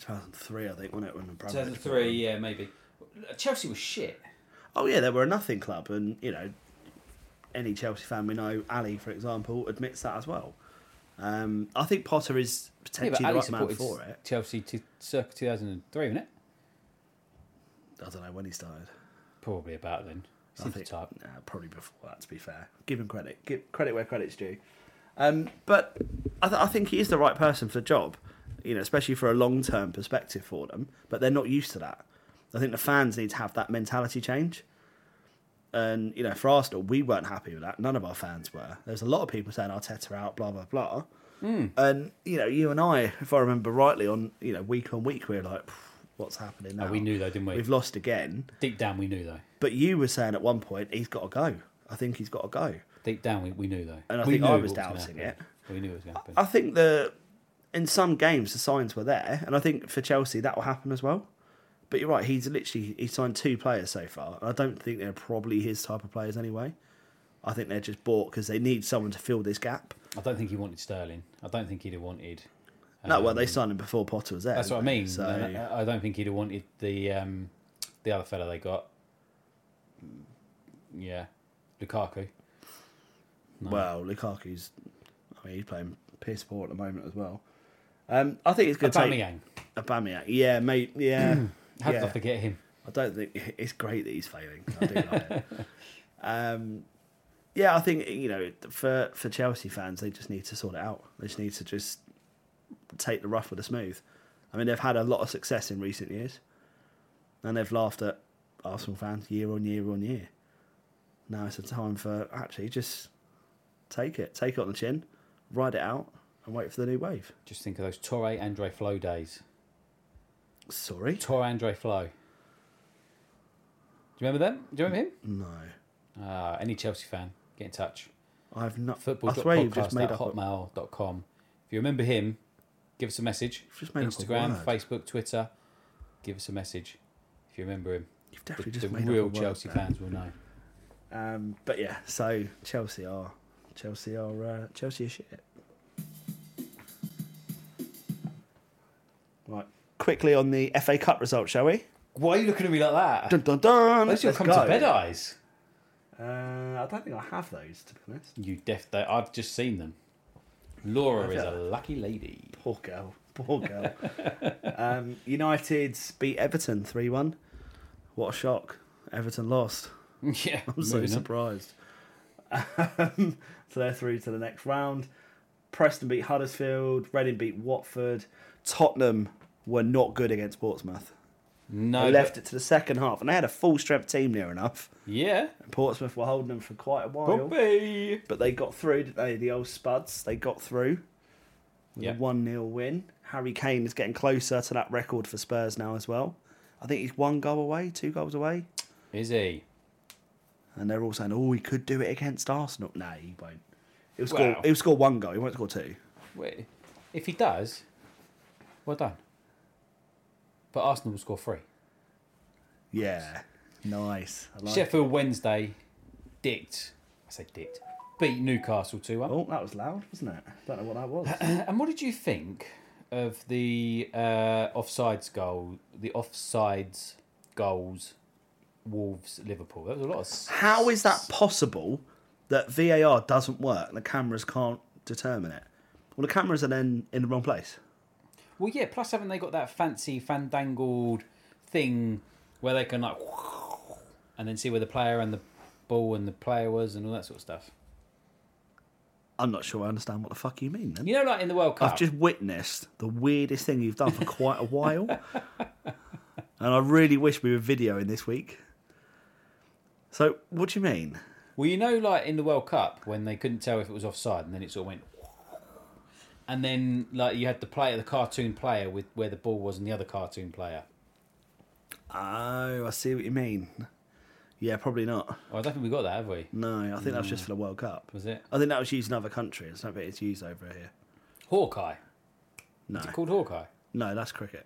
2003, I think, wasn't it? When the Brad Pitt
2003, yeah, maybe. Chelsea was shit.
bought him? Oh yeah, they were a nothing club, and you know, any Chelsea fan we know, Ali, for example, admits that as well. Um, I think Potter is potentially the right man for it.
Chelsea to circa 2003, wasn't it?
I don't know when he started.
Probably about then.
I
Seems
think
type.
nah, probably before that. To be fair, give him credit. Give credit where credit's due. Um, but I, th- I think he is the right person for the job. You know, especially for a long-term perspective for them. But they're not used to that. I think the fans need to have that mentality change. And you know, for Arsenal, we weren't happy with that. None of our fans were. There's a lot of people saying Arteta out, blah blah blah.
Hmm.
And you know, you and I, if I remember rightly, on you know, week on week, we were like, "What's happening now?"
Oh, we knew though, didn't we?
We've lost again.
Deep down, we knew though.
But you were saying at one point he's got to go. I think he's got to go.
Deep down, we, we knew though.
And I
we
think
knew
I was
what gonna
doubting
happen. We knew it was going to happen.
I think the in some games the signs were there, and I think for Chelsea that will happen as well. But you're right, he's literally he signed two players so far, and I don't think they're probably his type of players anyway. I think they're just bought because they need someone to fill this gap.
I don't think he wanted Sterling. I don't think he'd have wanted.
no, well, they signed him before Potter was there.
Um, That's what I
didn't they?
mean.
So
And I I don't think he'd have wanted the um, the other fella they got. Mm, Yeah, Lukaku.
well, Lukaku's. I mean, he's playing piss poor at the moment as well. Um, I think it's going to take
Aubameyang.
Aubameyang. Yeah, mate. Yeah.
<clears throat> How
yeah.
did I forget him?
I don't think <laughs> it's great that he's failing. I do like it. Um, yeah, I think you know for for Chelsea fans, they just need to sort it out. They just need to just take the rough with the smooth. I mean, they've had a lot of success in recent years, and they've laughed at Arsenal fans year on year on year. Now it's a time for actually just take it, take it on the chin, ride it out, and wait for the new wave.
Just think of those Torre Andre Flo days.
Sorry,
Torre Andre Flo. Do you remember them? Do you remember him?
no,
Uh, any Chelsea fan, get in touch.
I've not. I swear you've just
Football.podcast
made
at
up. a-
hotmail.com. If you remember him, give us a message.
Just made up a
Instagram,
word.
Facebook, Twitter. Give us a message if you remember him.
You've
The,
definitely
the
just made up a
real
word
Chelsea
there.
fans will know.
Um, but yeah, so Chelsea are Chelsea are uh, Chelsea are shit. Right, quickly on the FA Cup results, shall we?
Why are you looking at me like that?
Dun dun dun.
Those your
Let's
come
go.
to bed eyes.
Uh, I don't think I have those to be honest.
You deaf. they- I've just seen them. Laura is a
Okay.
lucky lady. <laughs>
Poor girl, poor girl. um, United beat Everton three one. What a shock! Everton lost.
yeah.
I'm so
moving on.
surprised. Um, <laughs> so they're through to the next round. Preston beat Huddersfield. Reading beat Watford. Tottenham were not good against Portsmouth.
No.
They
but-
left it to the second half, and they had a full strength team near enough.
Yeah.
And Portsmouth were holding them for quite a while,
Bobby.
but they got through. Didn't they? The old Spuds, they got through.
Yeah.
One 0 win. Harry Kane is getting closer to that record for Spurs now as well. I think he's one goal away, two goals away.
Is he?
And they're all saying, "Oh, he could do it against Arsenal." No, he won't. He'll score.
Well-
He'll score one goal. He won't score two.
Wait, if he does, well done. But Arsenal will score three.
Yeah, nice. I like
Sheffield Wednesday dicked. I say dicked. Beat Newcastle 2 1.
Oh, that was loud, wasn't it? Don't know what that was.
And what did you think of the uh, offsides goal, the offsides goals, Wolves Liverpool? That was a lot of. s-
How is that possible that VAR doesn't work and the cameras can't determine it? Well, the cameras are then in the wrong place.
Well, yeah, plus haven't they got that fancy fandangled thing where they can, like, <laughs> and then see where the player and the ball and the player was and all that sort of stuff?
I'm not sure I understand what the fuck you mean. Then
You know, like in the World Cup.
I've just witnessed the weirdest thing you've done for quite a while, and I really wish we were videoing this week. So, what do you mean?
Well, you know, like in the World Cup when they couldn't tell if it was offside, and then it sort of went, <laughs> and then like you had the player, the cartoon player with where the ball was, and the other cartoon player.
Oh, I see what you mean. Yeah, probably not.
Oh, I don't think we got that, have we?
No, I think that was just for the World Cup.
Hmm. Was it
I think that was used in other countries. I don't think it's used over here.
Hawkeye?
No,
It's called Hawkeye.
no, that's cricket.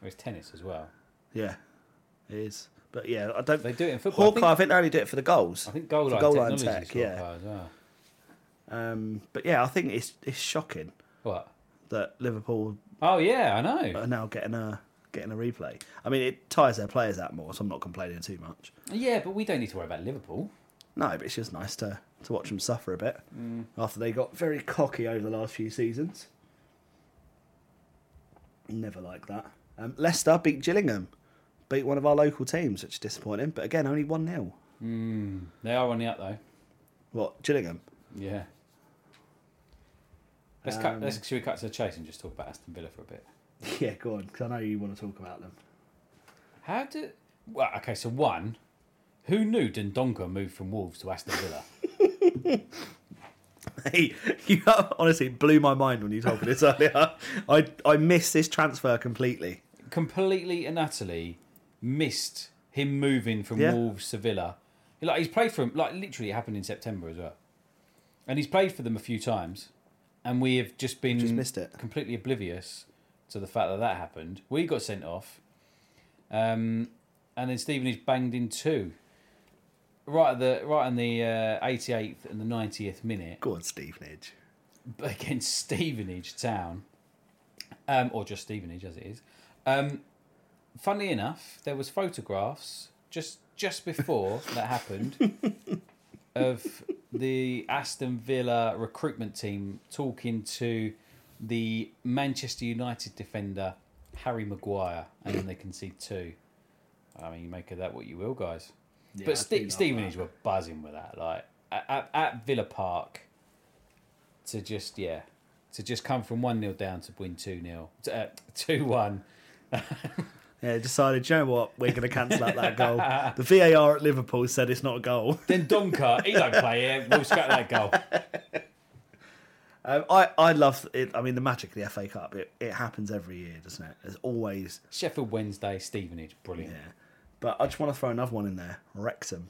Or it's tennis as well.
Yeah, it is. But yeah, I don't.
They do it in football. I
Hawkeye, I think, they only do it for the goals.
I think goal
For
line
goal line
technology is
tech. Yeah.
Hawkeye as well.
Um, but yeah, I think it's it's shocking
What?
that Liverpool
Oh yeah, I know.
are now getting a getting a replay. I mean, it tires their players out more, so I'm not complaining too much.
yeah, but we don't need to worry about Liverpool.
No, but it's just nice to to watch them suffer a bit after they got very cocky over the last few seasons. Never like that. Um, Leicester beat Gillingham, beat one of our local teams, which is disappointing. But again, only one 0
They are on the up though.
What Gillingham?
Yeah. Let's cut. Let's should we cut to the chase and just talk about Aston Villa for a bit?
<laughs> Yeah, go on, because I know you want to talk about them.
How did? Well, okay. So one, who knew Dendonka moved from Wolves to Aston Villa?
<laughs> Hey, you <laughs> honestly blew my mind when you told me this <laughs> earlier. I I missed this transfer completely.
Completely and utterly missed him moving from
Yeah.
Wolves to Villa. Like he's played for him. Like literally, it happened in September as well, and he's played for them a few times, and we have just been
Just missed it.
completely oblivious to the fact that that happened. We got sent off, um, and then Stevenage banged in two. right at the right in the uh, 88th and the 90th minute
Go on, Stevenage.
<laughs> against Stevenage Town, um, or just Stevenage as it is. Um, funnily enough, there was photographs just just before that happened of the Aston Villa recruitment team talking to the Manchester United defender Harry Maguire, and then they concede two. I mean, you make of that what you will, guys.
I
but
do
Ste
like
Stevenage were buzzing with that, like at, at, at Villa Park to just yeah to just come from one 0 down to win two 0 <laughs> two one.
Yeah, decided, you know what, we're going to cancel out that <laughs> goal. The VAR at Liverpool said it's not a goal.
Then Donker, he don't play here. We'll scrap that goal.
Um, I, I love it. I mean, the magic of the FA Cup, it, it happens every year, doesn't it? There's always,
Sheffield Wednesday, Stevenage, brilliant.
yeah. But I just want to throw another one in there. Wrexham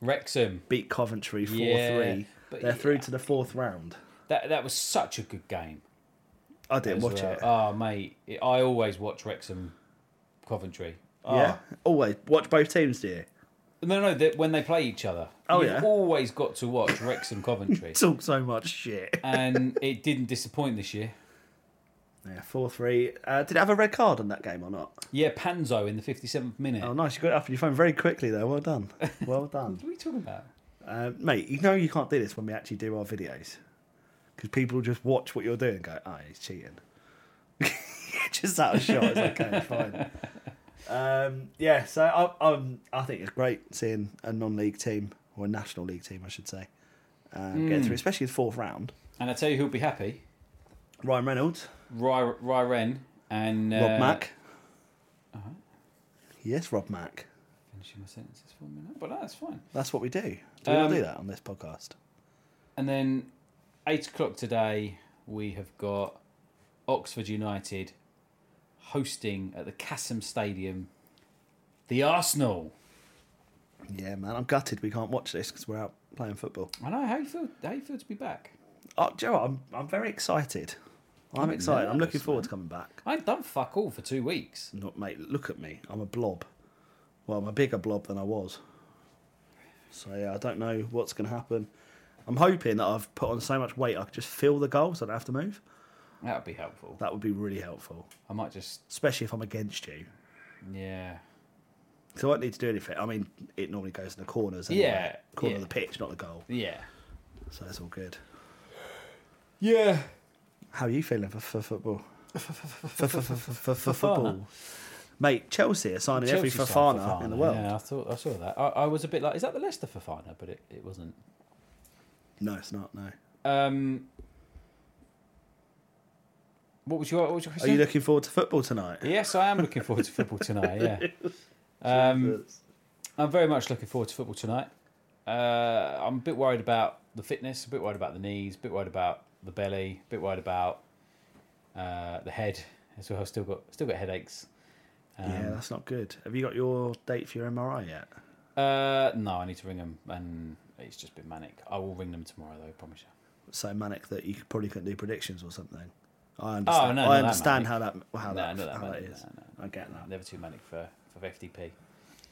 Wrexham,
beat Coventry 4
Yeah,
3.
but
They're through
yeah.
to the fourth round.
that that was such a good game.
I didn't
as
watch
well.
it.
Oh mate, I always watch Wrexham, Coventry. Oh.
Yeah, always watch both teams, do you?
No, no, that when they play each other.
Oh,
You've
yeah.
always got to watch Wrexham, Coventry,
Talk so much shit.
<laughs> and it didn't disappoint this year.
Yeah, four three. Uh, did it have a red card on that game or not?
Yeah, Panzo in the fifty-seventh minute.
Oh, nice. You got it up on your phone very quickly there. Well done. Well done,
What are you talking about?
uh, mate. You know you can't do this when we actually do our videos because people just watch what you're doing and go, "Oh, he's cheating." <laughs> just out of shot. It's
<laughs>
okay, fine. Um, yeah. So I, um, I think it's great seeing a non-league team or a national league team, I should say, um,
Hmm.
get through, especially the fourth round.
And I tell you who'll be happy:
Ryan Reynolds,
Ry, Ry Ren and uh, uh-huh.
Rob Mack. Yes, Rob Mack.
Finishing my sentences for a minute, but no, that's fine.
That's what we do. Do we not
Um,
do that on this podcast?
And then eight o'clock today, we have got Oxford United hosting at the Cassam Stadium the Arsenal.
Yeah, man, I'm gutted we can't watch this because we're out playing football.
I know how you feel. How you feel to be back?
Oh, Joe, I'm I'm very excited. I'm excited. I'm looking forward to coming back.
I ain't done fuck all for two weeks.
Not mate, look at me. I'm a blob. Well, I'm a bigger blob than I was. So yeah, I don't know what's going to happen. I'm hoping that I've put on so much weight I could just feel the goal, so I don't have to move.
That would be helpful.
That would be really helpful,
I might just
especially if I'm against you.
yeah.
So I don't need to do anything. I mean, it normally goes in the corners. Anyway.
Yeah,
corner
yeah.
of the pitch, not the goal.
Yeah.
So that's all good.
Yeah.
How are you feeling for, for football? for, for, for, for, for football, mate. Chelsea are signing every Fafana in the world.
Yeah, I thought I saw that. I, I was a bit like, is that the Leicester Fafana? But it, it wasn't.
No, it's not. No.
Um, what was your what was your
Are
question?
you looking forward to football tonight?
yes, I am looking forward to football tonight. Yeah. Um, I'm very much looking forward to football tonight. Uh, I'm a bit worried about the fitness, a bit worried about the knees, a bit worried about the belly, a bit worried about uh, the head as well. I've still got still got headaches.
yeah, that's not good. Have you got your date for your MRI yet?
Uh, no, I need to ring them, and it's just been manic. I will ring them tomorrow, though. I promise you.
So manic that you could- probably couldn't do predictions or something. I
Oh,
understand.
no,
I
not that
understand
manic.
how that how
No,
that,
not that
how that
manic,
is.
no,
I get that.
Never too manic for for FDP.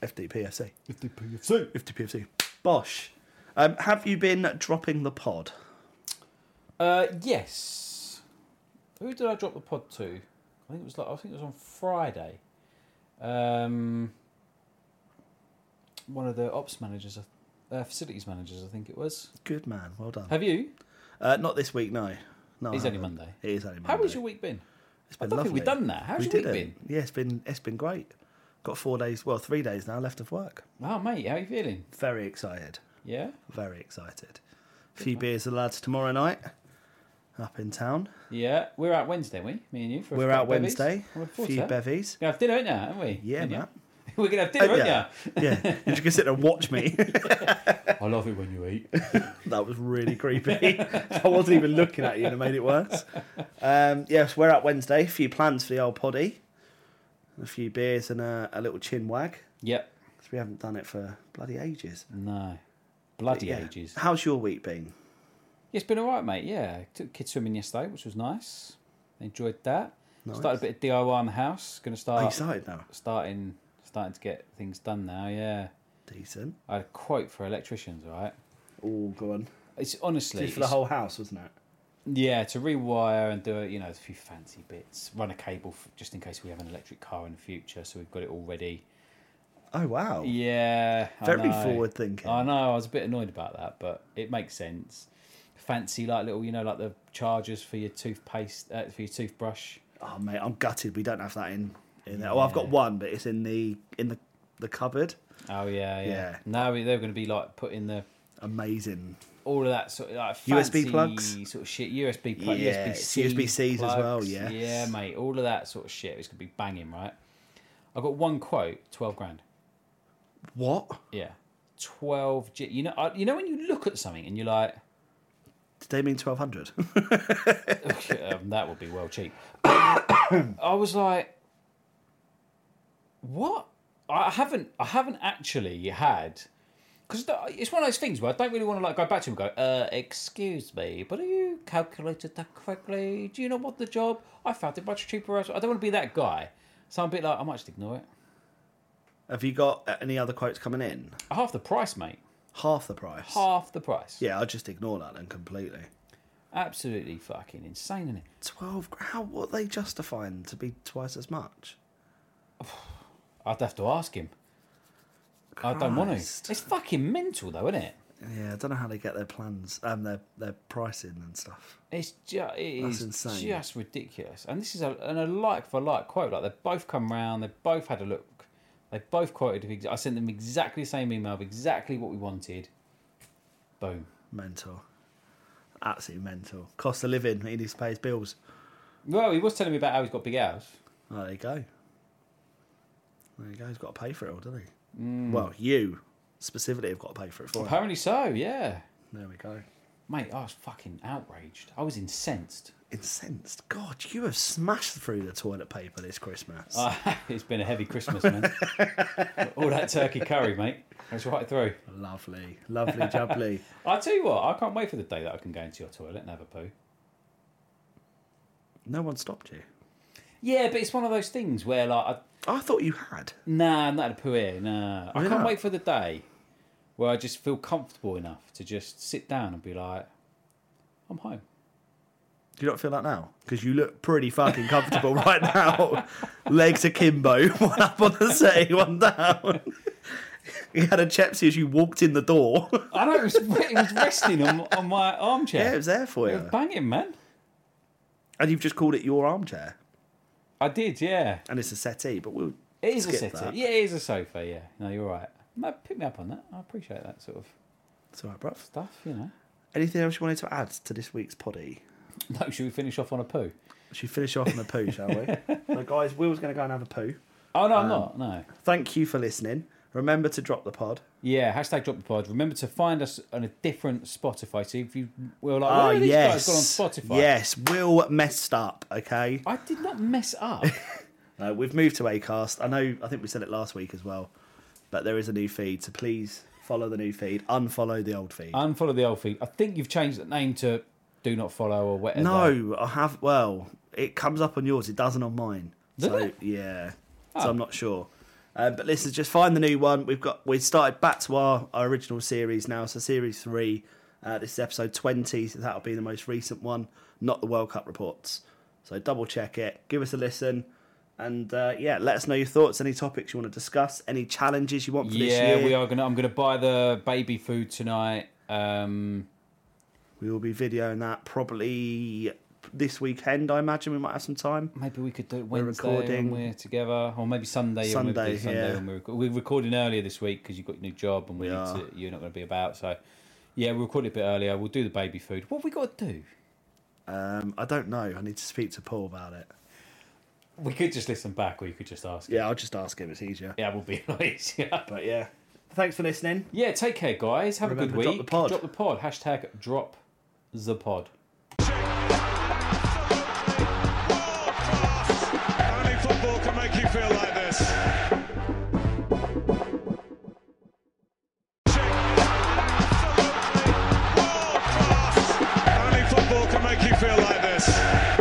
FDP FC.
FDP FC.
FDP FC. Bosh. Um, have you been dropping the pod?
Uh, yes. Who did I drop the pod to? I think it was like I think it was on Friday. Um, one of the ops managers, uh, facilities managers, I think it was.
Good man. Well done.
Have you?
Uh, not this week, no. No, I
It's only
haven't.
Monday.
It is only Monday.
How has your week been?
It's
I
been
don't
lovely.
think we've done that. How's
we
your week
didn't. Yeah, it's been it's been great. Got four days, well, three days now left of work.
Oh, mate, how are you feeling?
Very excited.
Yeah,
Very excited. A few beers with the lads tomorrow night. Up in town.
yeah. We're out Wednesday, aren't we me and you. For a
We're
couple
out
bevies.
Wednesday.
I
A
look forward
few
to that.
bevies.
We're gonna have dinner, ain't now, aren't we?
Yeah, Oh,
Ain't ya?
Matt.
We're gonna have dinner, ain't
yeah. yeah. You're just gonna sit there and watch me. <laughs>
ya? I love it when you eat.
that was really creepy.
<laughs>
I wasn't even looking at you and it made it worse. Um, yes, we're out Wednesday. A few plans for the old poddy. A few beers and a, a little chin wag.
yep.
Because we haven't done it for bloody ages.
No. Bloody
Yeah.
ages.
How's your week been?
Yeah, It's been all right, mate. Yeah, took kids swimming yesterday, which was nice. Enjoyed that. Started a bit of DIY in the house. Going to
Are you
start
excited now?
starting starting to get things done now. Yeah,
Decent.
I had a quote for electricians, right?
Oh, go on.
It's honestly.
It's for the
it's-
whole house, wasn't it?
Yeah, to rewire and do it, you know, a few fancy bits. Run a cable f just in case we have an electric car in the future, so we've got it all ready.
Oh wow.
Yeah, I
Very
know.
forward thinking.
I know. I was a bit annoyed about that, but it makes sense. Fancy like little, you know, like the chargers for your toothpaste, uh, for your toothbrush.
Oh mate, I'm gutted. We don't have that in. in there. Oh, I've got one, but it's in the in the the cupboard.
Oh yeah, yeah.
Yeah.
No, they're going to be like putting the
Amazing.
all of that sort of like
USB
fancy
plugs?
sort of shit. USB plugs,
Yeah,
USB
it's USB-Cs as well, yes.
Yeah, mate, all of that sort of shit is going to be banging, right? I got one quote, twelve grand.
What?
Yeah, twelve. G- you know, I, you know when you look at something and you're like,
Did they mean twelve hundred? <laughs>
um, that would be well cheap. <coughs> I was like, what? I haven't, I haven't actually had, because it's one of those things where I don't really want to like go back to him and go, uh, excuse me, but have you calculated that correctly? Do you know what the job? I found it much cheaper. elsewhere." I don't want to be that guy. So I'm a bit like, I might just ignore it.
Have you got uh, any other quotes coming in?
Half the price, mate.
Half the price.
Half the price.
Yeah, I'll just ignore that then completely.
Absolutely fucking insane, isn't it?
Twelve. gr- How? What are they justifying to be twice as much?
I'd have to ask him. I don't want to.
Christ.
It's fucking mental, though, isn't it?
Yeah, I don't know how they get their plans and their their pricing and stuff.
It's just it
That's
is
insane.
just ridiculous. And this is a and a like for like quote. Like they both come round. They both had a look. They both quoted. ex- I sent them exactly the same email of exactly what we wanted. Boom.
Mental. Absolutely mental. Cost of living. He needs to pay his bills.
Well, he was telling me about how he's got big hours.
Oh, there you go. There you go. He's got to pay for it all, doesn't he? Well, you specifically have got to pay for it for him.
Apparently so. Yeah,
There we go.
mate. I was fucking outraged. I was incensed. <laughs>
Incensed. God, you have smashed through the toilet paper this Christmas.
Ah. it's been a heavy
<laughs>
Christmas, man. All that turkey curry, mate. It's right through.
lovely. Lovely jubbly.
I tell you what, I can't wait for the day that I can go into your toilet and have a poo.
no one stopped you.
Yeah, but it's one of those things where like I,
I thought you had.
Nah, I'm not at a poo here. Nah, I
Why
can't
not?
wait for the day where I just feel comfortable enough to just sit down and be like, I'm home.
Do you not feel that now? Because you look pretty fucking comfortable <laughs> right now. Legs akimbo, <laughs> one up on the setting, one down. <laughs> you had a chepsy as you walked in the door. <laughs>
I know it was, <laughs> it was resting on, on my armchair.
yeah, it was there for
It
you.
was banging, man.
And you've just called it your armchair.
I did, yeah.
And it's a settee, but we'll.
It is
Skip
a settee.
that.
Yeah, it is a sofa. Yeah, no, you're right. No, pick me up on that. I appreciate that sort of
It's all right, bruv.
stuff. You know. <laughs>
Anything else you wanted to add to this week's poddy?
No, should we finish off on a poo?
Should we finish off on a poo, shall
<laughs>
we? so, guys, Will's going to go and have a poo.
Oh
Um,
no, I'm not. No.
Thank you for listening. Remember to drop the pod.
Yeah, hashtag drop the pod. Remember to find us on a different Spotify. So if you were like,
Ah,
where have these
yes.
guys gone on Spotify?
Yes, Will messed up, okay?
I did not mess up.
No, we've moved to Acast. I know. I think we said it last week as well, but there is a new feed, so please follow the new feed. Unfollow the old feed.
<laughs> Unfollow the old feed. I think you've changed the name to Do Not Follow or whatever.
no, I have. Well, it comes up on yours. It doesn't on mine.
Does
so
it? Oh.
yeah, so I'm not sure. Um, but listen, just find the new one. We've got we started back to our, our original series now. So series three. Uh, this is episode twenty. So that'll be the most recent one, not the World Cup reports. So double check it. Give us a listen. And uh, yeah, let us know your thoughts, any topics you want to discuss, any challenges you want for this
Yeah,
year.
we are gonna. I'm gonna buy the baby food tonight. Um,
We will be videoing that probably this weekend, I imagine. We might have some time.
maybe we could do it Wednesday
recording-
when we're together, or maybe Sunday. or maybe
Sunday,
do Sunday
yeah.
when we're, reco- we're recording earlier this week because you've got your new job and we need
are.
to, you're not going to be about. So, yeah, we'll record it a bit earlier. We'll do the baby food. What have we got to do?
Um, I don't know. I need to speak to Paul about it.
We could just listen back, or you could just ask.
Yeah, I'll just ask him. It's easier.
Yeah, we'll be <laughs> nice. Yeah.
But yeah. Thanks for listening.
Yeah. Take care, guys. Have a
Remember,
good
drop
week.
the pod.
Drop the pod. Hashtag drop the pod.
Only football can make you feel like this. Only football can make you feel like this.